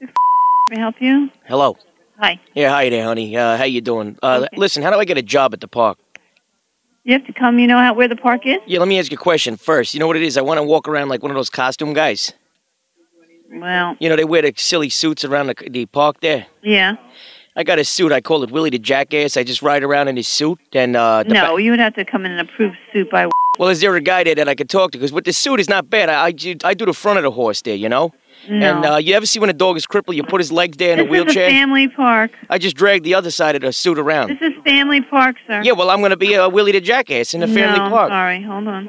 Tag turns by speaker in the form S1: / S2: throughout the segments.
S1: Can I help you?
S2: Hello.
S1: Hi.
S2: Yeah, hi there, honey. Uh, how you doing? Uh,
S1: Okay.
S2: Listen, how do I get a job at the park?
S1: You have to come. You know how, where the park is?
S2: Yeah, let me ask you a question first. You know what it is? I want to walk around like one of those costume guys.
S1: Well,
S2: You know, they wear the silly suits around the, the park there.
S1: yeah.
S2: I got a suit. I call it Willie the Jackass. I just ride around in his suit. And, uh, the
S1: No,
S2: ba-
S1: you would have to come in an approved suit by.
S2: well, is there a guy there that I could talk to? Because with the suit, it's not bad. I, I, ju- I do the front of the horse there, you know?
S1: No.
S2: And uh, you ever see when a dog is crippled, you put his legs there in
S1: this
S2: a
S1: is a
S2: wheelchair?
S1: family park.
S2: I just drag the other side of the suit around.
S1: This is family park, sir.
S2: Yeah, well, I'm going to be uh, Willie the Jackass in the family
S1: no,
S2: park.
S1: Sorry, hold on.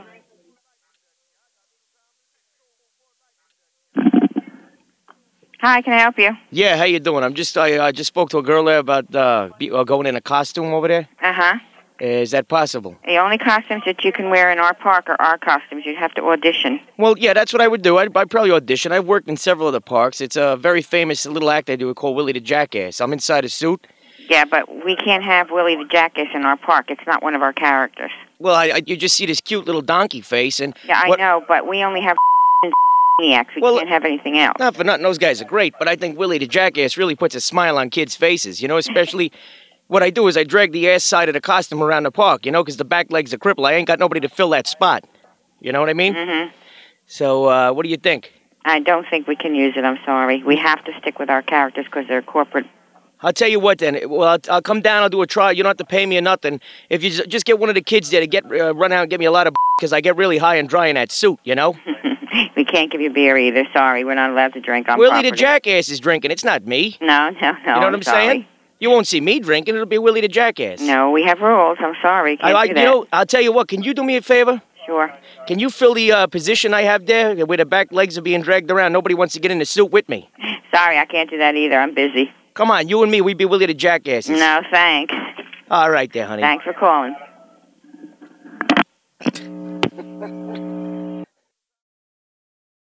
S3: Hi, can I help you?
S2: Yeah, how you doing? I'm just I, I just spoke to a girl there about uh, be, uh going in a costume over there.
S3: Uh huh.
S2: Uh, Is that possible?
S3: The only costumes that you can wear in our park are our costumes. You'd have to audition.
S2: Well, yeah, that's what I would do. I'd, I'd probably audition. I've worked in several of the parks. It's a very famous little act I do called Willie the Jackass. I'm inside a suit.
S3: Yeah, but we can't have Willie the Jackass in our park. It's not one of our characters.
S2: Well, I, I you just see this cute little donkey face, and
S3: Yeah, I
S2: What-
S3: know, but we only have and maniacs. We
S2: Well,
S3: can't have anything else.
S2: not for nothing, those guys are great. But I think Willie the Jackass really puts a smile on kids' faces. You know, especially. What I do is I drag the ass side of the costume around the park, you know, 'cause the back leg's a cripple. I ain't got nobody to fill that spot. You know what I mean?
S3: Mm-hmm.
S2: So, uh, what do you think?
S3: I don't think we can use it. I'm sorry. We have to stick with our characters because they're corporate.
S2: I'll tell you what then. Well, I'll, I'll come down. I'll do a trial. You don't have to pay me or nothing. If you just, just get one of the kids there to get uh, run out and get me a lot of because I get really high and dry in that suit, you know.
S3: we can't give you beer either. Sorry, we're not allowed to drink on
S2: Willie
S3: property.
S2: the jackass is drinking. It's not me.
S3: No, no, no.
S2: you know what
S3: I'm,
S2: I'm saying? You won't see me drinking. It'll be Willie the jackass.
S3: sorry. No, we have rules. I'm sorry.
S2: I
S3: Can't
S2: like
S3: do
S2: you
S3: that.
S2: know. I'll tell you what. Can you do me a favor?
S3: Sure.
S2: Can you fill the uh, position I have there where the back legs are being dragged around? Nobody wants to get in the suit with me.
S3: Sorry, I can't do that either. I'm busy.
S2: Come on, you and me. We be Willie the jackasses.
S3: No, thanks.
S2: All right, there, honey.
S3: Thanks for calling.